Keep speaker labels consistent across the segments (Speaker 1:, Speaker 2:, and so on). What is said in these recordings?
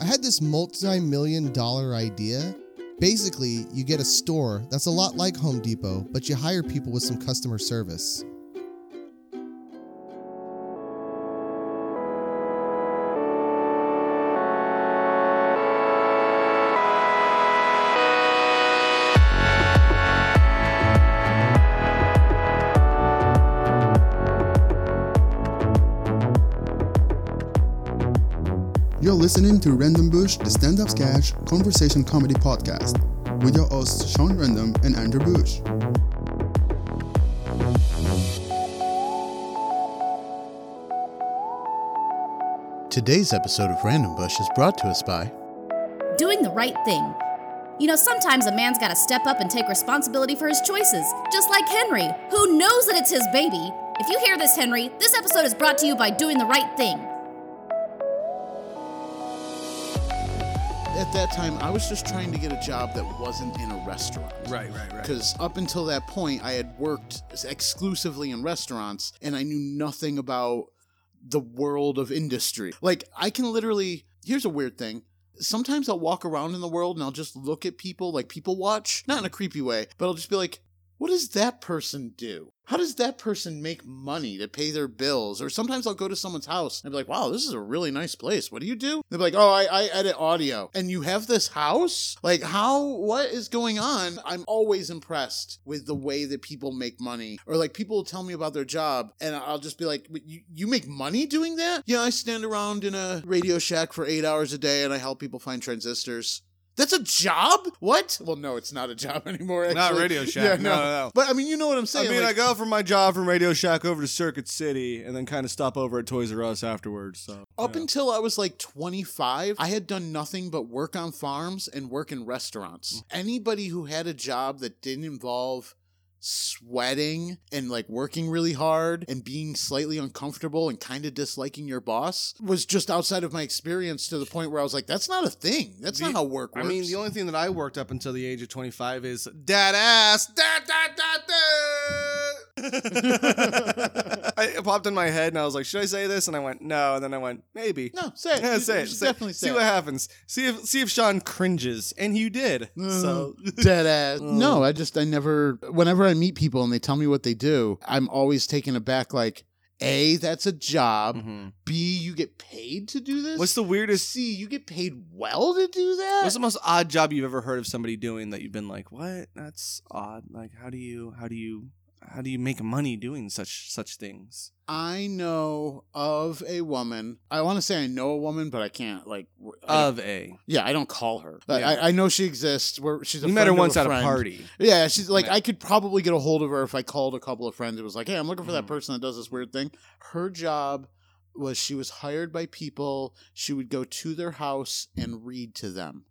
Speaker 1: I had this multi million dollar idea. Basically, you get a store that's a lot like Home Depot, but you hire people with some customer service.
Speaker 2: You're listening to Random Bush, the stand up sketch conversation comedy podcast with your hosts Sean Random and Andrew Bush.
Speaker 3: Today's episode of Random Bush is brought to us by
Speaker 4: doing the right thing. You know, sometimes a man's gotta step up and take responsibility for his choices, just like Henry, who knows that it's his baby. If you hear this, Henry, this episode is brought to you by doing the right thing.
Speaker 3: At that time, I was just trying to get a job that wasn't in a restaurant.
Speaker 5: Right, right, right.
Speaker 3: Because up until that point, I had worked exclusively in restaurants and I knew nothing about the world of industry. Like, I can literally, here's a weird thing. Sometimes I'll walk around in the world and I'll just look at people, like people watch, not in a creepy way, but I'll just be like, what does that person do? How does that person make money to pay their bills? Or sometimes I'll go to someone's house and be like, wow, this is a really nice place. What do you do? They'll be like, oh, I, I edit audio. And you have this house? Like, how, what is going on? I'm always impressed with the way that people make money. Or like people will tell me about their job and I'll just be like, "Wait, you, you make money doing that? Yeah, I stand around in a Radio Shack for eight hours a day and I help people find transistors. That's a job? What? Well, no, it's not a job anymore. Actually.
Speaker 5: Not Radio Shack.
Speaker 3: Yeah,
Speaker 5: No, no, no.
Speaker 3: But I mean, you know what I'm saying.
Speaker 5: I mean,
Speaker 3: like-
Speaker 5: I go from my job from Radio Shack over to Circuit City, and then kind of stop over at Toys R Us afterwards. So
Speaker 3: Up
Speaker 5: yeah.
Speaker 3: until I was like 25, I had done nothing but work on farms and work in restaurants.
Speaker 5: Mm.
Speaker 3: Anybody who had a job that didn't involve sweating and like working really hard and being slightly uncomfortable and kind of disliking your boss was just outside of my experience to the point where I was like, that's not a thing. That's
Speaker 5: The-
Speaker 3: not how work
Speaker 5: I
Speaker 3: works.
Speaker 5: mean, the only thing that I worked up until the age of 25 is dad ass. Da, da, da, da. I, it popped in my head and I was like, should I say this? And I went, no. And then I went, maybe.
Speaker 3: No, say it.
Speaker 5: Yeah,
Speaker 3: You-
Speaker 5: say
Speaker 3: you
Speaker 5: it.
Speaker 3: should
Speaker 5: Say-
Speaker 3: definitely say
Speaker 5: See what
Speaker 3: it.
Speaker 5: happens. See if see if Sean cringes. And you did. So
Speaker 3: Mm-hmm.
Speaker 5: Mm.
Speaker 3: dead ass. No, I just I never. Whenever I meet people and they tell me what they do, I'm always taken aback. Like, a that's a job. B you get paid to do this.
Speaker 5: Mm-hmm. What's the weirdest
Speaker 3: C you get paid well to do that?
Speaker 5: What's the most odd job you've ever heard of somebody doing that you've been like, "What? That's odd. Like how do you how do you how do you make money doing such such things?"
Speaker 3: I know of a woman. I want to say I know a woman, but I can't. Like, w- I don't-
Speaker 5: Of a.
Speaker 3: yeah, I don't call her. I-
Speaker 5: Uh, Yeah.
Speaker 3: I, I know she exists. Where she's a
Speaker 5: You met her
Speaker 3: friend of
Speaker 5: once at a
Speaker 3: friend.
Speaker 5: party.
Speaker 3: Yeah, she's like,
Speaker 5: Yeah.
Speaker 3: I could probably get a hold of her if I called a couple of friends. It was like, hey, I'm looking for that
Speaker 5: Mhm.
Speaker 3: person that does this weird thing. Her job was she was hired by people. She would go to their house and read to them.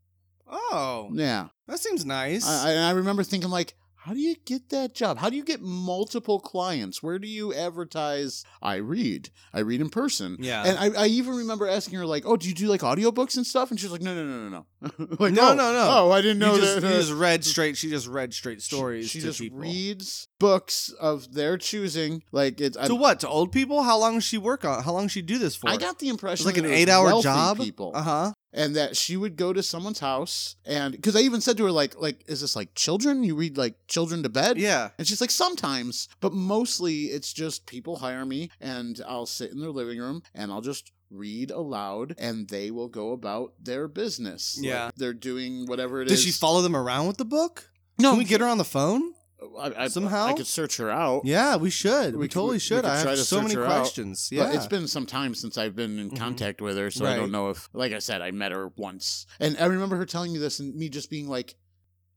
Speaker 5: Oh,
Speaker 3: Yeah.
Speaker 5: that seems nice.
Speaker 3: I, I, and I remember thinking, like, how do you get that job? How do you get multiple clients? Where do you advertise? I read. I read in person.
Speaker 5: Yeah.
Speaker 3: And I, I even remember asking her, like, oh, do you do like audiobooks and stuff? And she was like, no, no, no, no, no. like,
Speaker 5: No,
Speaker 3: oh,
Speaker 5: no, no.
Speaker 3: Oh, I didn't know
Speaker 5: you, just,
Speaker 3: that.
Speaker 5: you
Speaker 3: uh,
Speaker 5: just read straight. She just read straight stories
Speaker 3: She
Speaker 5: to
Speaker 3: just
Speaker 5: people.
Speaker 3: reads books of their choosing. Like it's. I,
Speaker 5: to what? To old people? How long does she work on? How long does she do this for?
Speaker 3: I got the impression
Speaker 5: it's like
Speaker 3: that
Speaker 5: an
Speaker 3: it was
Speaker 5: eight-hour
Speaker 3: wealthy
Speaker 5: job.
Speaker 3: People,
Speaker 5: Uh huh.
Speaker 3: and that she would go to someone's house, and because I even said to her like, like, is this like children? You read like children to bed?
Speaker 5: Yeah.
Speaker 3: And she's like, sometimes, but mostly it's just people hire me, and I'll sit in their living room, and I'll just read aloud, and they will go about their business. Like,
Speaker 5: Yeah.
Speaker 3: they're doing whatever it is.
Speaker 5: Does she follow them around with the book?
Speaker 3: No,
Speaker 5: Can we get her on the phone?
Speaker 3: Oh, I, I,
Speaker 5: somehow?
Speaker 3: I could search her out.
Speaker 5: Yeah, we should. We,
Speaker 3: We could-
Speaker 5: totally
Speaker 3: we
Speaker 5: should.
Speaker 3: could
Speaker 5: I
Speaker 3: try
Speaker 5: have
Speaker 3: to
Speaker 5: so many
Speaker 3: search her out,
Speaker 5: questions. Yeah,
Speaker 3: But it's been some time since I've been in
Speaker 5: Mhm.
Speaker 3: contact with her, so I
Speaker 5: Right.
Speaker 3: don't know if, like I said, I met her once. And I remember her telling me this and me just being like,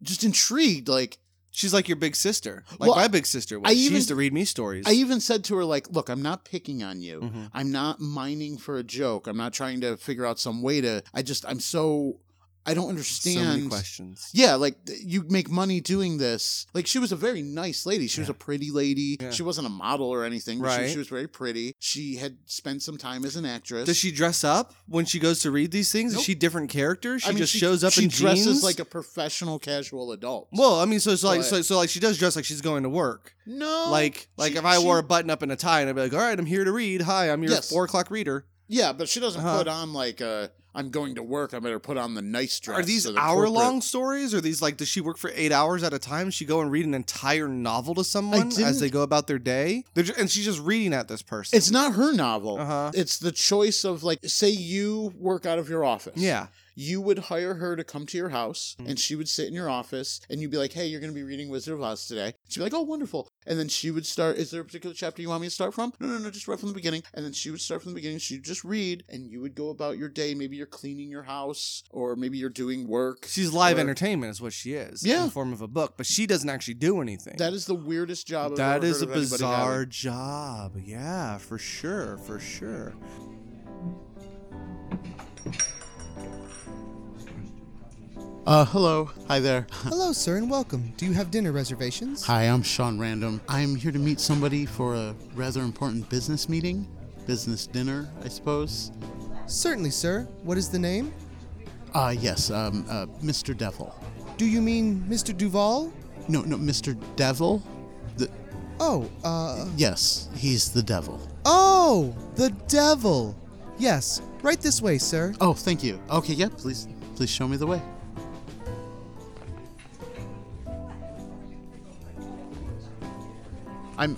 Speaker 3: just intrigued. Like,
Speaker 5: She's like your big sister, like
Speaker 3: Well,
Speaker 5: my big sister. Was.
Speaker 3: I
Speaker 5: she
Speaker 3: even-
Speaker 5: used to read me stories.
Speaker 3: I even said to her, like, look, I'm not picking on you.
Speaker 5: Mhm.
Speaker 3: I'm not mining for a joke. I'm not trying to figure out some way to, I just, I'm so, I don't
Speaker 5: so many
Speaker 3: understand.
Speaker 5: questions.
Speaker 3: yeah, like th- you make money doing this. Like she was a very nice lady. She was
Speaker 5: Yeah.
Speaker 3: a pretty lady.
Speaker 5: Yeah.
Speaker 3: She wasn't a model or anything. But she,
Speaker 5: Right.
Speaker 3: she was very pretty. She had spent some time as an actress.
Speaker 5: Does she dress up when she goes to read these things?
Speaker 3: Nope.
Speaker 5: Is she different characters? She
Speaker 3: I mean,
Speaker 5: just shows up
Speaker 3: she
Speaker 5: in
Speaker 3: dresses
Speaker 5: jeans?
Speaker 3: like a professional casual adult.
Speaker 5: Well, I mean, so it's like
Speaker 3: But-
Speaker 5: so, so like she does dress like she's going to work.
Speaker 3: no,
Speaker 5: like like
Speaker 3: she-
Speaker 5: if I
Speaker 3: she-
Speaker 5: wore a button up and a tie, and I'd be like, "All right, I'm here to read. Hi, I'm your
Speaker 3: Yes.
Speaker 5: four o'clock reader."
Speaker 3: yeah, but she doesn't
Speaker 5: Uh-huh.
Speaker 3: put on like a. I'm going to work. I better put on the nice dress.
Speaker 5: Are these
Speaker 3: so they're
Speaker 5: hour long
Speaker 3: corporate.
Speaker 5: stories? Or these like, does she work for eight hours at a time? She go and read an entire novel to someone as
Speaker 1: didn't-
Speaker 5: they go about their day? They're ju- and she's just reading at this person.
Speaker 3: It's not her novel.
Speaker 5: Uh-huh.
Speaker 3: It's the choice of like, say you work out of your office.
Speaker 5: yeah.
Speaker 3: You would hire her to come to your house,
Speaker 5: Mm.
Speaker 3: and she would sit in your office, and you'd be like, "Hey, you're going to be reading Wizard of Oz today." She'd be like, "Oh, wonderful!" And then she would start. Is there a particular chapter you want me to start from? No, no, no, just right from the beginning. And then she would start from the beginning. She'd just read, and you would go about your day. Maybe you're cleaning your house, or maybe you're doing work.
Speaker 5: She's live
Speaker 3: Or-
Speaker 5: entertainment, is what she is. In
Speaker 3: Yeah.
Speaker 5: the form of a book, but she doesn't actually do anything.
Speaker 3: That is the weirdest job. I've
Speaker 5: That
Speaker 3: ever
Speaker 5: is
Speaker 3: heard
Speaker 5: a
Speaker 3: of anybody
Speaker 5: bizarre
Speaker 3: having.
Speaker 5: job. Yeah, for sure, for sure.
Speaker 3: Uh, hello, hi there.
Speaker 1: Hello, sir, and welcome. Do you have dinner reservations?
Speaker 3: Hi, I'm Sean Random. I'm here to meet somebody for a rather important business meeting, business dinner, I suppose.
Speaker 1: Certainly, sir. What is the name?
Speaker 3: Ah, yes, um, uh, Mr. Devil.
Speaker 1: Do you mean Mr. Duval?
Speaker 3: No, no, Mr. Devil. The,
Speaker 1: Oh, uh.
Speaker 3: yes, he's the devil.
Speaker 1: Oh! The devil! Yes, right this way, sir.
Speaker 3: Oh, thank you. Okay, yeah, please, please show me the way. I'm,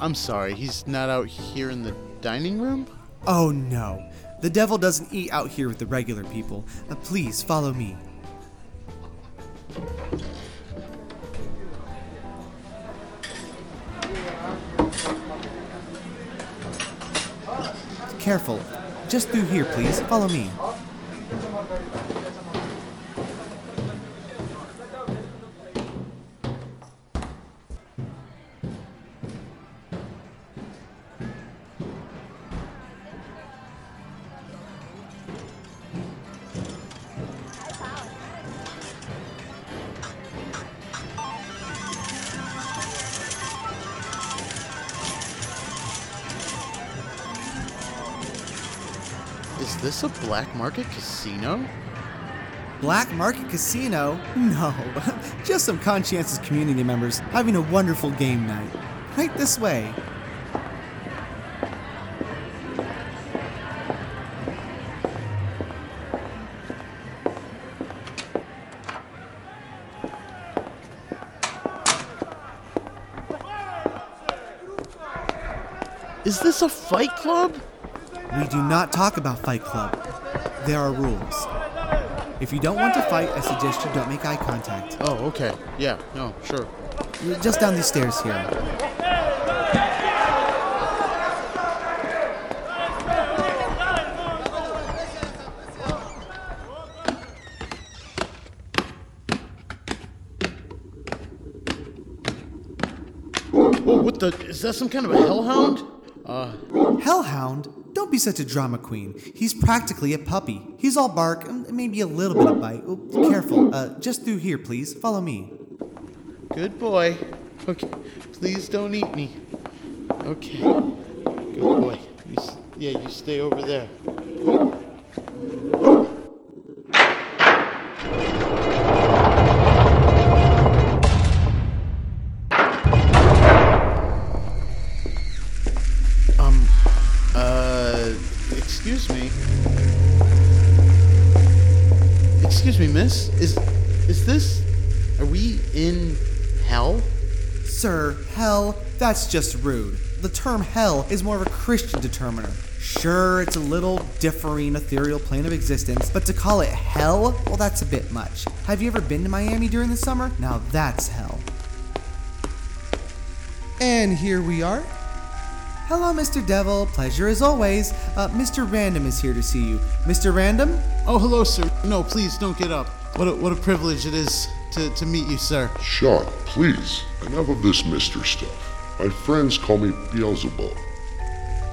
Speaker 3: I'm sorry. He's not out here in the dining room.
Speaker 6: Oh no. The devil doesn't eat out here with the regular people. Uh, please follow me. Careful. Just through here, please. Follow me.
Speaker 3: Is this a black market casino?
Speaker 6: Black Market Casino? No. Just some conscientious community members having a wonderful game night. Right this way.
Speaker 3: Is this a fight club?
Speaker 6: We do not talk about Fight Club. There are rules. If you don't want to fight, I suggest you don't make eye contact.
Speaker 3: Oh, okay. Yeah, no, sure.
Speaker 6: You're just down these stairs here.
Speaker 3: Whoa, what the? Is that some kind of a hellhound?
Speaker 6: Hellhound, don't be such a drama queen. He's practically a puppy. He's all bark and maybe a little bit of bite. Oh, careful. Uh, just through here, please. Follow me.
Speaker 3: Good boy. Okay, please don't eat me. Okay. Good boy. You, s- yeah, you stay over there. Um, uh, excuse me. Excuse me, miss. Is is this are we in hell?
Speaker 6: Sir, hell, that's just rude. The term hell is more of a Christian determiner. Sure, it's a little differing ethereal plane of existence, but to call it hell, well, that's a bit much. Have you ever been to Miami during the summer? Now that's hell.
Speaker 1: And here we are.
Speaker 6: Hello, Mr. Devil. Pleasure as always. Uh, Mr. Random is here to see you. Mr. Random?
Speaker 3: Oh, hello, sir. No, please don't get up. What a, what a privilege it is to, to meet you, sir.
Speaker 7: Sean, please, enough of this Mr. stuff. My friends call me Beelzebub.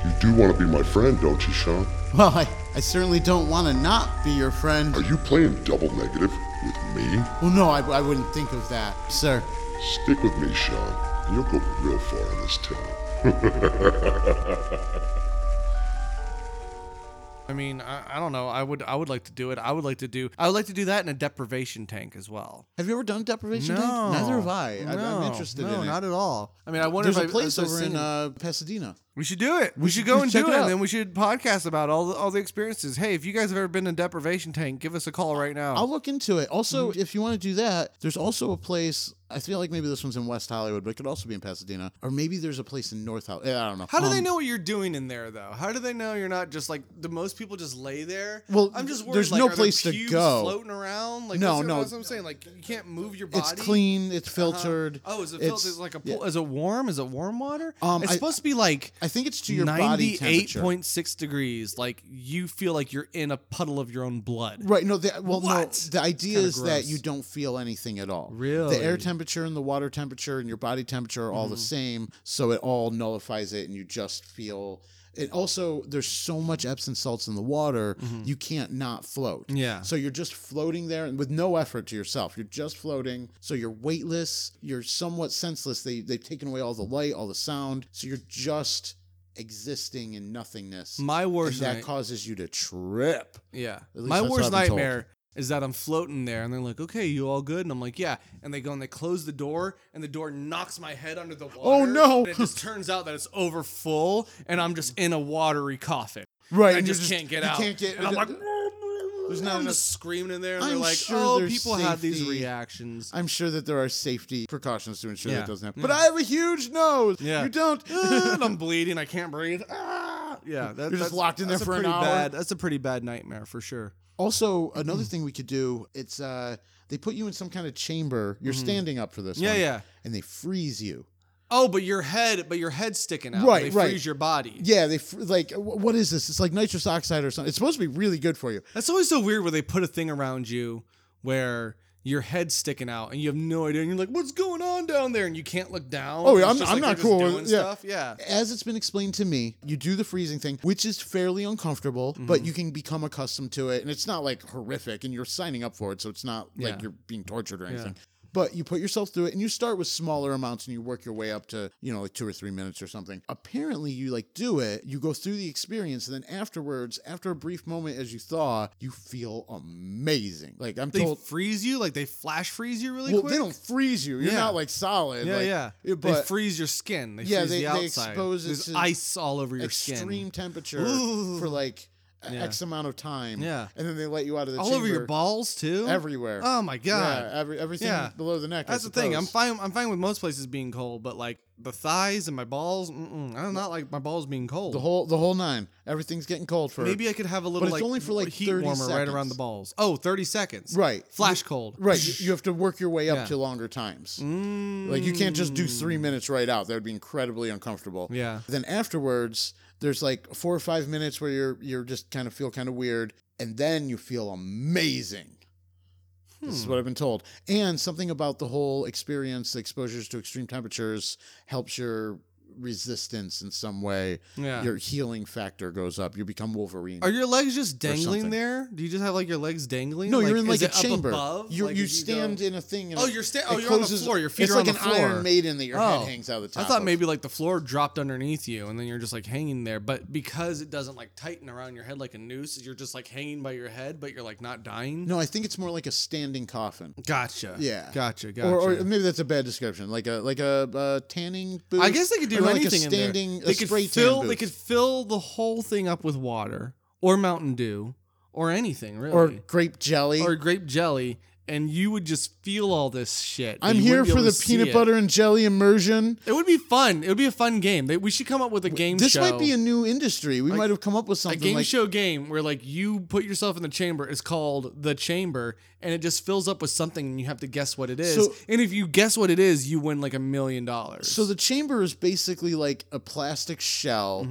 Speaker 7: You do want to be my friend, don't you, Sean?
Speaker 3: Well, I, I certainly don't want to not be your friend.
Speaker 7: Are you playing double negative with me?
Speaker 3: Well, no, I, I wouldn't think of that, sir.
Speaker 7: Stick with me, Sean, and you'll go real far in this town.
Speaker 5: I mean, I, I don't know. I would, I would like to do it. I would like to do, I would like to do that in a deprivation tank as well.
Speaker 3: Have you ever done deprivation
Speaker 5: No,
Speaker 3: tank? Neither have I. I I'm
Speaker 5: No,
Speaker 3: interested
Speaker 5: no,
Speaker 3: in it.
Speaker 5: not at all. I mean, I wonder
Speaker 3: There's a
Speaker 5: if I-
Speaker 3: place
Speaker 5: I've
Speaker 3: over in
Speaker 5: seen-
Speaker 3: uh, Pasadena.
Speaker 5: We should do it. We, should go and do it, and then we should podcast about all the, all the experiences. Hey, if you guys have ever been in deprivation tank, give us a call right now.
Speaker 3: I'll look into it. Also,
Speaker 5: Mm-hmm.
Speaker 3: if you want to do that, there's also a place. I feel like maybe this one's in West Hollywood, but it could also be in Pasadena, or maybe there's a place in North Hollywood. I don't know.
Speaker 5: How do they
Speaker 3: Um,
Speaker 5: know what you're doing in there, though? How do they know you're not just like the most people just lay there?
Speaker 3: Well,
Speaker 5: I'm just worried.
Speaker 3: there's
Speaker 5: like,
Speaker 3: no
Speaker 5: are there
Speaker 3: place to
Speaker 5: pubes
Speaker 3: go.
Speaker 5: Floating around, like
Speaker 3: No,
Speaker 5: that's-
Speaker 3: no.
Speaker 5: That's what I'm saying. Like you can't move your body.
Speaker 3: It's clean. It's filtered.
Speaker 5: Oh, is it filtered? It's like a pool?
Speaker 3: yeah.
Speaker 5: Is it warm? Is it warm water?
Speaker 3: Um,
Speaker 5: it's
Speaker 3: I-
Speaker 5: supposed to be like
Speaker 3: I think it's to your body temperature.
Speaker 5: 98.6 degrees. Like you feel like you're in a puddle of your own blood.
Speaker 3: Right. No. The, well,
Speaker 5: What?
Speaker 3: no. The idea
Speaker 5: Kinda
Speaker 3: is that
Speaker 5: gross.
Speaker 3: you don't feel anything at all.
Speaker 5: Really?
Speaker 3: The air temperature and the water temperature and your body temperature are all the
Speaker 5: Mm-hmm.
Speaker 3: same, so it all nullifies it, and you just feel. It also there's so much Epsom salts in the water, you can't not float.
Speaker 5: Mm-hmm. Yeah.
Speaker 3: So you're just floating there, and with no effort to yourself, you're just floating. So you're weightless. You're somewhat senseless. They they've taken away all the light, all the sound. So you're just existing in nothingness.
Speaker 5: My
Speaker 3: and
Speaker 5: worst
Speaker 3: that
Speaker 5: night-
Speaker 3: causes you to trip.
Speaker 5: Yeah.
Speaker 3: least
Speaker 5: My
Speaker 3: that's what
Speaker 5: worst
Speaker 3: I've been told.
Speaker 5: nightmare is that I'm floating there and they're like, okay, you all good? And I'm like, yeah. And they go and they close the door and the door knocks my head under the water.
Speaker 3: Oh, no.
Speaker 5: And it just turns out that it's over full and I'm just in a watery coffin.
Speaker 3: Right,
Speaker 5: And I
Speaker 3: and you're
Speaker 5: just,
Speaker 3: just-
Speaker 5: can't get
Speaker 3: you
Speaker 5: out.
Speaker 3: can't get-
Speaker 5: and I'm like,
Speaker 3: There's
Speaker 5: there's
Speaker 3: not
Speaker 5: not I'm
Speaker 3: enough-
Speaker 5: just screaming in there and
Speaker 3: I'm
Speaker 5: they're like,
Speaker 3: sure
Speaker 5: oh,
Speaker 3: there's
Speaker 5: people have these
Speaker 3: safety.
Speaker 5: reactions.
Speaker 3: I'm sure that there are safety precautions to ensure
Speaker 5: Yeah.
Speaker 3: that doesn't happen.
Speaker 5: Yeah.
Speaker 3: But I have a huge nose.
Speaker 5: Yeah.
Speaker 3: You don't.
Speaker 5: and I'm bleeding. I can't breathe. Ah! Yeah, that,
Speaker 3: You're just locked in there
Speaker 5: that's a
Speaker 3: for an
Speaker 5: pretty
Speaker 3: hour.
Speaker 5: Bad, that's a pretty bad nightmare for sure.
Speaker 3: also, another thing we could do, it's uh they put you in some kind of chamber. You're standing up for this
Speaker 5: Mm-hmm. Yeah,
Speaker 3: one,
Speaker 5: yeah.
Speaker 3: And they freeze you.
Speaker 5: Oh, but your head, but your head's sticking out.
Speaker 3: Right,
Speaker 5: they
Speaker 3: right.
Speaker 5: freeze your body.
Speaker 3: Yeah, they fr- like wh- what is this? It's like nitrous oxide or something. It's supposed to be really good for you.
Speaker 5: That's always so weird where they put a thing around you where your head's sticking out and you have no idea. And you're like, what's going on down there? And you can't look down.
Speaker 3: Oh,
Speaker 5: It's
Speaker 3: yeah, I'm-
Speaker 5: just
Speaker 3: I'm
Speaker 5: like
Speaker 3: not
Speaker 5: they're
Speaker 3: cool
Speaker 5: Just
Speaker 3: with-
Speaker 5: doing
Speaker 3: yeah.
Speaker 5: Stuff. Yeah.
Speaker 3: As it's been explained to me, you do the freezing thing, which is fairly uncomfortable, but
Speaker 5: Mm-hmm.
Speaker 3: you can become accustomed to it. And it's not like horrific, and you're signing up for it, so it's not
Speaker 5: Yeah.
Speaker 3: like you're being tortured or anything. But you put yourself through it and you start with smaller amounts and you work your way up to, you know, like two or three minutes or something. Apparently, you like do it, you go through the experience, and then afterwards, after a brief moment as you thaw, you feel amazing. Like, I'm
Speaker 5: They
Speaker 3: told.
Speaker 5: freeze you, like they flash freeze you really
Speaker 3: Well,
Speaker 5: quick.
Speaker 3: they don't freeze you. You're
Speaker 5: Yeah.
Speaker 3: not like solid.
Speaker 5: yeah,
Speaker 3: like,
Speaker 5: yeah.
Speaker 3: it-
Speaker 5: they
Speaker 3: But
Speaker 5: freeze your skin. They
Speaker 3: Yeah,
Speaker 5: freeze
Speaker 3: they-
Speaker 5: the
Speaker 3: they
Speaker 5: outside.
Speaker 3: expose it
Speaker 5: There's
Speaker 3: to
Speaker 5: ice all over your
Speaker 3: extreme
Speaker 5: skin.
Speaker 3: temperature
Speaker 5: Ooh.
Speaker 3: for like a-
Speaker 5: Yeah.
Speaker 3: X amount of time.
Speaker 5: Yeah.
Speaker 3: And then they let you out of the
Speaker 5: All
Speaker 3: chamber.
Speaker 5: over your balls too.
Speaker 3: Everywhere.
Speaker 5: Oh my god.
Speaker 3: Yeah, every, everything
Speaker 5: Yeah.
Speaker 3: below the neck. I
Speaker 5: That's the thing. I'm
Speaker 3: suppose.
Speaker 5: fine. I'm fine with most places being cold, but like the thighs and my balls, mm-mm, I'm not like my balls being cold.
Speaker 3: The whole the whole nine. Everything's getting cold for
Speaker 5: Maybe I could have a little
Speaker 3: it's
Speaker 5: like,
Speaker 3: only for, like,
Speaker 5: heat
Speaker 3: 30
Speaker 5: warmer right around
Speaker 3: seconds.
Speaker 5: the balls. Oh, 30 seconds.
Speaker 3: Right.
Speaker 5: Flash cold.
Speaker 3: Right, you, you have to work your way up
Speaker 5: Yeah.
Speaker 3: to longer times. Like you can't just
Speaker 5: Mm.
Speaker 3: do three minutes right out; that would be incredibly uncomfortable.
Speaker 5: Hmm. Yeah.
Speaker 3: Then afterwards, there's like four or five minutes where you're you're just kind of feel kind of weird, and then you feel amazing. This
Speaker 5: Hmm.
Speaker 3: is what I've been told. And something about the whole experience, the exposures to extreme temperatures, helps your resistance in some way.
Speaker 5: Yeah.
Speaker 3: Your healing factor goes up. You become Wolverine.
Speaker 5: Are your legs just dangling
Speaker 3: something.
Speaker 5: there? Do you just have like your legs dangling?
Speaker 3: No, you're in like
Speaker 5: is
Speaker 3: a
Speaker 5: it up
Speaker 3: chamber.
Speaker 5: above?
Speaker 3: You
Speaker 5: Like,
Speaker 3: you
Speaker 5: if go-
Speaker 3: stand in a thing. And
Speaker 5: Oh,
Speaker 3: it-
Speaker 5: you're sta-
Speaker 3: it
Speaker 5: oh, you're on the
Speaker 3: closes-
Speaker 5: floor. Your feet
Speaker 3: it's
Speaker 5: are
Speaker 3: like an
Speaker 5: on the floor.
Speaker 3: Iron Maiden that your
Speaker 5: Oh.
Speaker 3: head hangs out of the top.
Speaker 5: I thought
Speaker 3: of.
Speaker 5: maybe like the floor dropped underneath you and then you're just like hanging there. But because it doesn't like tighten around your head like a noose, you're just like hanging by your head, but you're like not dying.
Speaker 3: No, I think it's more like a standing coffin.
Speaker 5: Gotcha.
Speaker 3: Yeah.
Speaker 5: Gotcha. Gotcha.
Speaker 3: Or, or maybe that's a bad description. Like a like a uh, tanning booth.
Speaker 5: I guess they could do
Speaker 3: or like
Speaker 5: anything
Speaker 3: a standing,
Speaker 5: in there. They
Speaker 3: a
Speaker 5: could
Speaker 3: spray
Speaker 5: fill.
Speaker 3: tan
Speaker 5: They
Speaker 3: booth.
Speaker 5: could fill the whole thing up with water or Mountain Dew or anything
Speaker 3: or
Speaker 5: really,
Speaker 3: grape jelly.
Speaker 5: or grape jelly, and you would just feel all this shit. but
Speaker 3: I'm
Speaker 5: you
Speaker 3: here
Speaker 5: wouldn't be
Speaker 3: for
Speaker 5: able
Speaker 3: the
Speaker 5: to see
Speaker 3: peanut
Speaker 5: it.
Speaker 3: butter and jelly immersion.
Speaker 5: It would be fun. It would be a fun game. They- We should come up with a game.
Speaker 3: This
Speaker 5: show.
Speaker 3: might be a new industry. We might have come up with
Speaker 5: a
Speaker 3: something
Speaker 5: game
Speaker 3: like
Speaker 5: show game where like you put yourself in the chamber It's called the chamber and it just fills up with something and you have to guess what it is
Speaker 3: So-
Speaker 5: and if you guess what it is you win like a million dollars
Speaker 3: So the chamber is basically like a plastic shell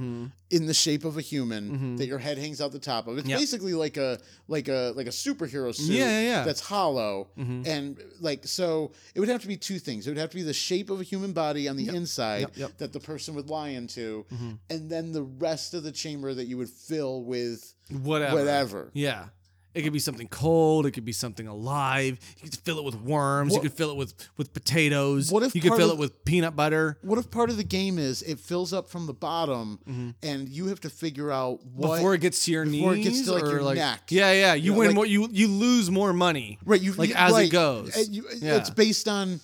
Speaker 3: in the shape of a human that your head hangs out the top of. It's
Speaker 5: Yep.
Speaker 3: basically like a like a like a superhero suit
Speaker 5: Yeah, yeah, yeah.
Speaker 3: that's hollow and like so it would have to be two things. It would have to be the shape of a human body on the inside
Speaker 5: Yep, yep.
Speaker 3: that the person would lie into and then the rest of the chamber that you would fill with
Speaker 5: whatever
Speaker 3: whatever.
Speaker 5: Yeah. It could be something cold. It could be something alive. You could fill it with worms.
Speaker 3: What-
Speaker 5: you could fill it with with potatoes.
Speaker 3: What if
Speaker 5: you could
Speaker 3: part
Speaker 5: fill
Speaker 3: of-
Speaker 5: it with peanut butter
Speaker 3: What if part of the game is it fills up from the bottom and you have to figure out what
Speaker 5: before it gets to your
Speaker 3: Mm-hmm. before it
Speaker 5: knees
Speaker 3: gets to, like,
Speaker 5: or
Speaker 3: your neck.
Speaker 5: Yeah, yeah. You
Speaker 3: Yeah,
Speaker 5: win
Speaker 3: like-
Speaker 5: more. You you lose more money.
Speaker 3: Right, you
Speaker 5: like
Speaker 3: you-
Speaker 5: as
Speaker 3: right.
Speaker 5: it goes.
Speaker 3: And you-
Speaker 5: Yeah.
Speaker 3: It's based on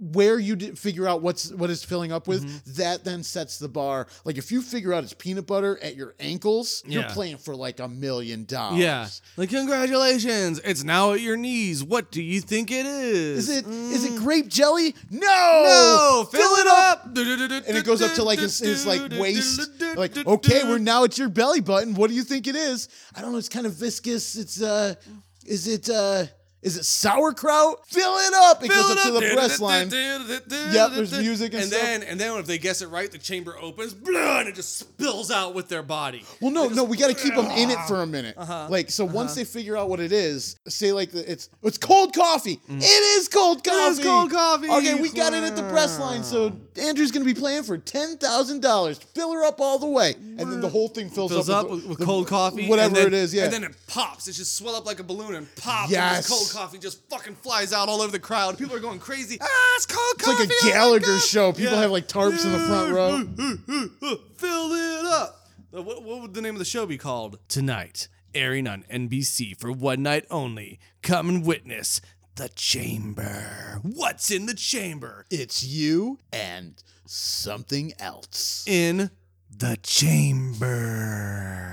Speaker 3: where you d- figure out what's what is filling up with
Speaker 5: Mm-hmm.
Speaker 3: that then sets the bar like if you figure out it's peanut butter at your ankles you're
Speaker 5: Yeah.
Speaker 3: playing for like a million dollars
Speaker 5: Yeah. Like, congratulations. It's now at your knees. What do you think it is?
Speaker 3: is it is it grape jelly no
Speaker 5: Mm. No, fill, it up.
Speaker 3: and
Speaker 5: And
Speaker 3: it goes up to like his, his like waist like okay we're now at your belly button what do you think it is i don't know it's kind of viscous it's uh is it uh is it sauerkraut fill it up it goes up, to the breast line Yep, there's music and stuff.
Speaker 5: then and then if they guess it right, the chamber opens, blah, and it just spills out with their body.
Speaker 3: Well, no, no, we got to keep them in it for a minute.
Speaker 5: Uh-huh.
Speaker 3: Like, so once they figure out what it is, say like the, it's it's cold coffee. It is cold coffee.
Speaker 5: Mm. is cold coffee.
Speaker 3: Okay, we got it at the breast line. So Andrew's gonna be playing for ten thousand dollars. Fill her up all the way, and then the whole thing fills,
Speaker 5: Fills up with, with cold coffee,
Speaker 3: whatever
Speaker 5: and then-
Speaker 3: it is. Yeah.
Speaker 5: and then it pops. It just swell up like a balloon and pop. And
Speaker 3: Yes.
Speaker 5: this cold coffee just fucking flies out all over the crowd. People are going crazy. Ah, it's cold
Speaker 3: like
Speaker 5: coffee.
Speaker 3: a
Speaker 5: oh my
Speaker 3: Gallagher
Speaker 5: God.
Speaker 3: show. People have, like, tarps in the front
Speaker 5: Yeah.
Speaker 3: row.
Speaker 5: Ooh, ooh, ooh, ooh. Fill it up. Uh, What, what would the name of the show be called? Tonight, airing on NBC for one night only. Come and witness the chamber. What's in the chamber?
Speaker 3: it's you and something else.
Speaker 5: In the chamber.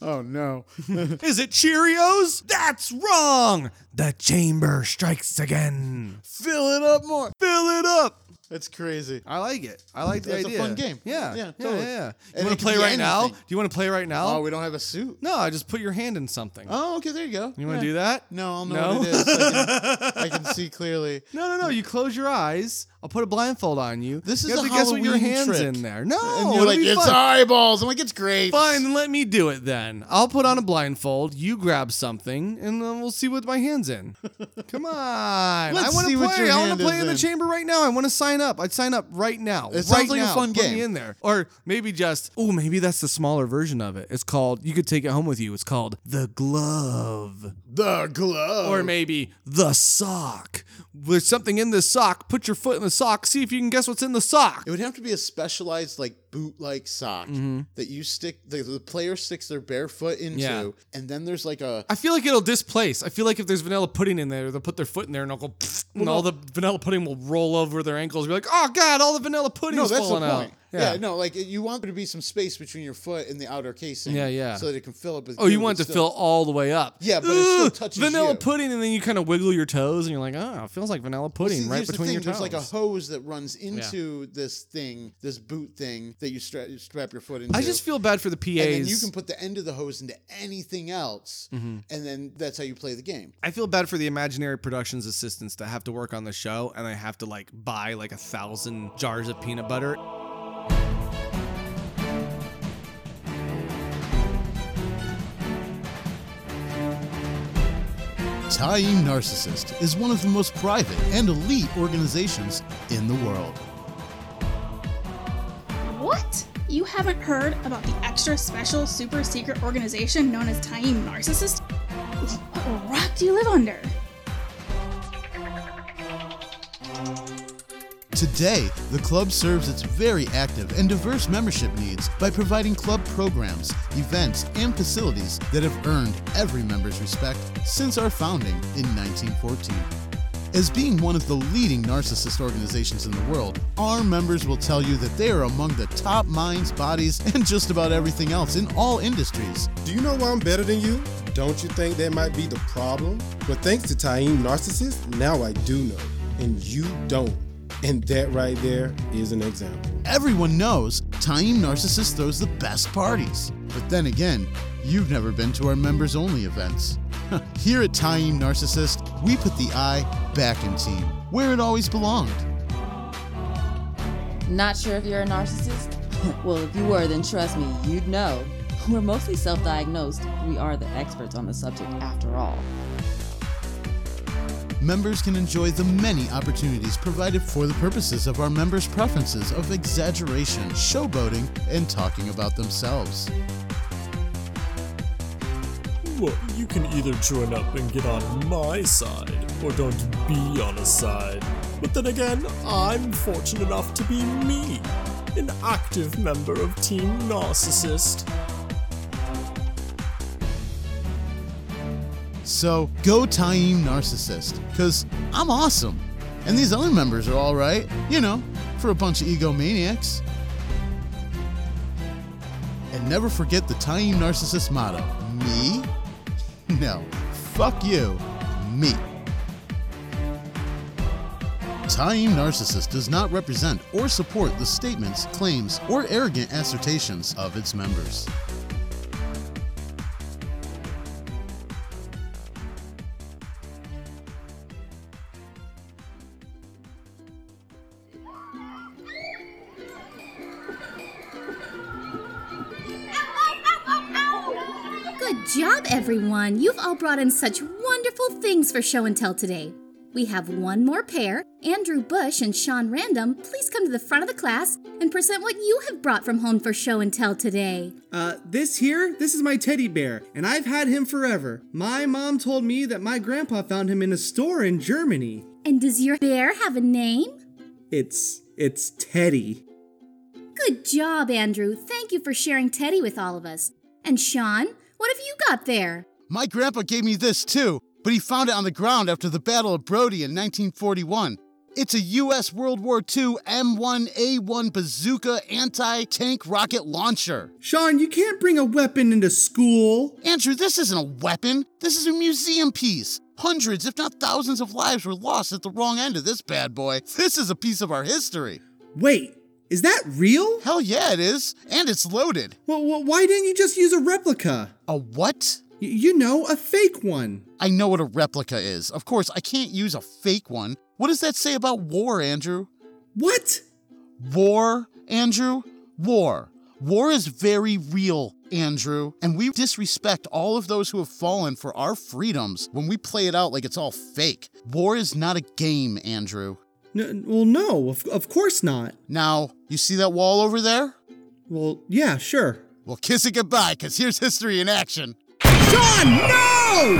Speaker 3: Oh no.
Speaker 5: Is it Cheerios? That's wrong. The chamber strikes again.
Speaker 3: Fill it up more.
Speaker 5: Fill it up.
Speaker 3: That's crazy.
Speaker 5: I like it. I like the
Speaker 3: That's a
Speaker 5: idea.
Speaker 3: fun game.
Speaker 5: Yeah.
Speaker 3: Yeah,
Speaker 5: Yeah. Yeah.
Speaker 3: totally.
Speaker 5: yeah.
Speaker 3: And
Speaker 5: You
Speaker 3: it
Speaker 5: want
Speaker 3: could
Speaker 5: to play
Speaker 3: be
Speaker 5: right now? Do
Speaker 3: anything.
Speaker 5: you want to play right now?
Speaker 3: Oh, we don't have a suit.
Speaker 5: no, I just put your hand in something.
Speaker 3: Oh, okay, there you go.
Speaker 5: you want
Speaker 3: Yeah.
Speaker 5: to do that?
Speaker 3: No, I'll know
Speaker 5: No?
Speaker 3: what it is. I can, I can see clearly.
Speaker 5: No, no, no. You close your eyes. I'll put a blindfold on you.
Speaker 3: This
Speaker 5: you
Speaker 3: is
Speaker 5: have
Speaker 3: a
Speaker 5: to guess what your
Speaker 3: Halloween
Speaker 5: hands
Speaker 3: trick.
Speaker 5: in there. No,
Speaker 3: and you're
Speaker 5: it'll
Speaker 3: like,
Speaker 5: be
Speaker 3: it's
Speaker 5: fun.
Speaker 3: eyeballs. I'm like, it's great.
Speaker 5: Fine, then let me do it then. I'll put on a blindfold, you grab something, and then we'll see what my hand's in. Come on.
Speaker 3: Let's
Speaker 5: I want
Speaker 3: see
Speaker 5: to
Speaker 3: what
Speaker 5: play.
Speaker 3: your
Speaker 5: I want
Speaker 3: hand
Speaker 5: to play
Speaker 3: is
Speaker 5: in the
Speaker 3: in.
Speaker 5: chamber right now. I want to sign up. I'd sign up right now.
Speaker 3: It sounds
Speaker 5: right
Speaker 3: like a
Speaker 5: now.
Speaker 3: fun
Speaker 5: Put
Speaker 3: game.
Speaker 5: me in there. Or maybe just, oh, maybe that's the smaller version of it. It's called, you could take it home with you. It's called The Glove.
Speaker 3: The glove.
Speaker 5: Or maybe The Sock. There's something in this sock. Put your foot in the sock. See if you can guess what's in the sock.
Speaker 3: It would have to be a specialized, like, boot like sock
Speaker 5: Mm-hmm.
Speaker 3: that you stick, the, the player sticks their bare foot into.
Speaker 5: Yeah.
Speaker 3: And then there's like a.
Speaker 5: I feel like it'll displace. I feel like if there's vanilla pudding in there, they'll put their foot in there and it'll go, pfft, and all the vanilla pudding will roll over their ankles. Be like, oh god, all the vanilla pudding's
Speaker 3: No, that's the
Speaker 5: falling
Speaker 3: point.
Speaker 5: out.
Speaker 3: Yeah.
Speaker 5: Yeah.
Speaker 3: no, like you want there to be some space between your foot and the outer casing.
Speaker 5: Yeah, yeah.
Speaker 3: So that it can fill up. With
Speaker 5: Oh, you
Speaker 3: goo,
Speaker 5: want it
Speaker 3: but
Speaker 5: to
Speaker 3: still-
Speaker 5: fill all the way up.
Speaker 3: Yeah, but it still
Speaker 5: Ugh,
Speaker 3: touches
Speaker 5: vanilla
Speaker 3: you.
Speaker 5: pudding, and then you kind of wiggle your toes, and you're like, oh, it feels like vanilla pudding
Speaker 3: See,
Speaker 5: right
Speaker 3: here's the
Speaker 5: between
Speaker 3: thing,
Speaker 5: your
Speaker 3: There's
Speaker 5: toes.
Speaker 3: like a hose that runs into this thing, this boot thing that you, stra- you strap your foot into.
Speaker 5: I just feel bad for the PAs.
Speaker 3: and then you can put the end of the hose into anything else,
Speaker 5: Mm-hmm.
Speaker 3: and then that's how you play the game.
Speaker 5: I feel bad for the imaginary productions assistants that have to work on the show and they have to like buy like a thousand jars of peanut butter.
Speaker 8: Tying Narcissist is one of the most private and elite organizations in the world.
Speaker 9: What? You haven't heard about the extra special super secret organization known as Tiny Narcissist? What rock do you live under?
Speaker 8: Today, the club serves its very active and diverse membership needs by providing club programs, events, and facilities that have earned every member's respect since our founding in 1914. As being one of the leading narcissist organizations in the world, our members will tell you that they are among the top minds, bodies, and just about everything else in all industries.
Speaker 10: Do you know why I'm better than you? Don't you think that might be the problem? But thanks to Tyene Narcissist, now I do know, and you don't. And that right there is an example.
Speaker 8: Everyone knows Time Narcissist throws the best parties. But then again, you've never been to our members only events. Here at Time Narcissist, we put the I back in team, where it always belonged.
Speaker 11: Not sure if you're a narcissist? well, if you were, then trust me, you'd know. We're mostly self diagnosed. We are the experts on the subject after all.
Speaker 8: Members can enjoy the many opportunities provided for the purposes of our members' preferences of exaggeration, showboating, and talking about themselves.
Speaker 12: Well, you can either join up and get on my side, or don't be on a side. But then again, I'm fortunate enough to be me, an active member of Team Narcissist.
Speaker 8: So go Time Narcissist, because I'm awesome.
Speaker 3: And these other members are all right, you know, for a bunch of egomaniacs. And never forget the tiny narcissist motto me? No, fuck you, me. Time Narcissist does not represent or support the statements, claims, or arrogant assertions of its members.
Speaker 4: Good job, everyone. You've all brought in such wonderful things for show and tell today. We have one more pair. Andrew Bush and Sean Random, please come to the front of the class and present what you have brought from home for show and tell today.
Speaker 10: Uh, this here, this is my teddy bear, and I've had him forever. My mom told me that my grandpa found him in a store in Germany.
Speaker 4: And does your bear have a name?
Speaker 10: It's it's Teddy.
Speaker 4: Good job, Andrew. Thank you for sharing Teddy with all of us. And Sean, what have you got there?
Speaker 3: My grandpa gave me this too, but he found it on the ground after the Battle of Brody in 1941. It's a U.S. World War II M1A1 bazooka anti tank rocket launcher.
Speaker 10: Sean, you can't bring a weapon into school.
Speaker 3: Andrew, this isn't a weapon. This is a museum piece. Hundreds, if not thousands, of lives were lost at the wrong end of this bad boy. This is a piece of our history.
Speaker 10: Wait, is that real?
Speaker 3: Hell yeah, it is. And it's loaded.
Speaker 10: Well, well why didn't you just use a replica?
Speaker 3: A what?
Speaker 10: you know, a fake one.
Speaker 3: I know what a replica is. Of course, I can't use a fake one. What does that say about war, Andrew?
Speaker 10: What?
Speaker 3: War, Andrew? War. War is very real, Andrew, and we disrespect all of those who have fallen for our freedoms when we play it out like it's all fake. War is not a game, Andrew.
Speaker 10: N- well, no, of, of course not.
Speaker 3: Now, you see that wall over there?
Speaker 10: Well, yeah, sure.
Speaker 3: Well, kiss it goodbye, because here's history in action.
Speaker 10: John, no!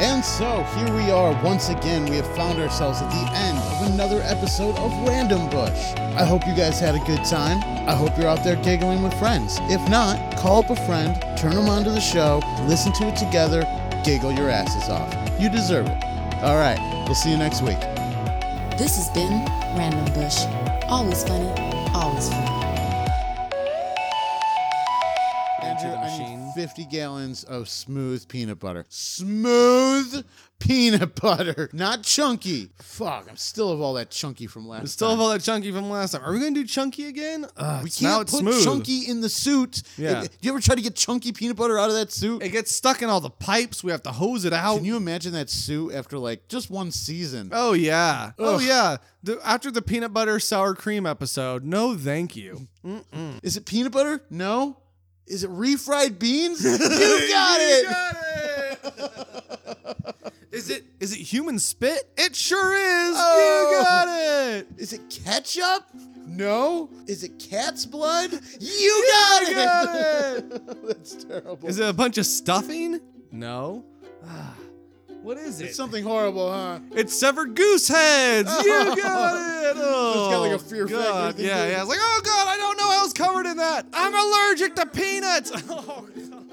Speaker 3: And so here we are once again. We have found ourselves at the end of another episode of Random Bush. I hope you guys had a good time. I hope you're out there giggling with friends. If not, call up a friend, turn them onto the show, listen to it together, giggle your asses off. You deserve it. All right, we'll see you next week.
Speaker 2: This has been Random Bush. Always funny, always fun.
Speaker 3: Andrew, I need 50 gallons of smooth peanut butter. Smooth peanut butter, not chunky. Fuck, I'm still of all that chunky from last.
Speaker 5: Still have all that chunky from last time. Are we gonna do chunky again? Ugh,
Speaker 3: we
Speaker 5: Uh, it's- now
Speaker 3: can't
Speaker 5: it's
Speaker 3: put
Speaker 5: smooth.
Speaker 3: chunky in the suit.
Speaker 5: Yeah.
Speaker 3: Do you ever try to get chunky peanut butter out of that suit?
Speaker 5: It gets stuck in all the pipes. We have to hose it out.
Speaker 3: Can you imagine that suit after like just one season?
Speaker 5: Oh yeah. Oh
Speaker 3: Ugh.
Speaker 5: yeah. The, after the peanut butter sour cream episode, no, thank you. Mm-mm.
Speaker 3: Is it peanut butter? No. Is it refried beans? you got it.
Speaker 5: Is it is it human spit? It sure is.
Speaker 3: Oh.
Speaker 5: You got it.
Speaker 3: Is it ketchup? No. Is it cat's blood? You
Speaker 5: Yeah,
Speaker 3: got it.
Speaker 5: I
Speaker 3: That's terrible.
Speaker 5: Is it a bunch of stuffing? No. Ah, what is it?
Speaker 3: It's something horrible, huh?
Speaker 5: It's severed goose heads. You got it. Oh,
Speaker 3: It's got like a fear factor
Speaker 5: God.
Speaker 3: thing
Speaker 5: Yeah,
Speaker 3: to it.
Speaker 5: yeah. It's like, oh god, I don't know. I was covered in that. I'm allergic to peanuts. Oh god.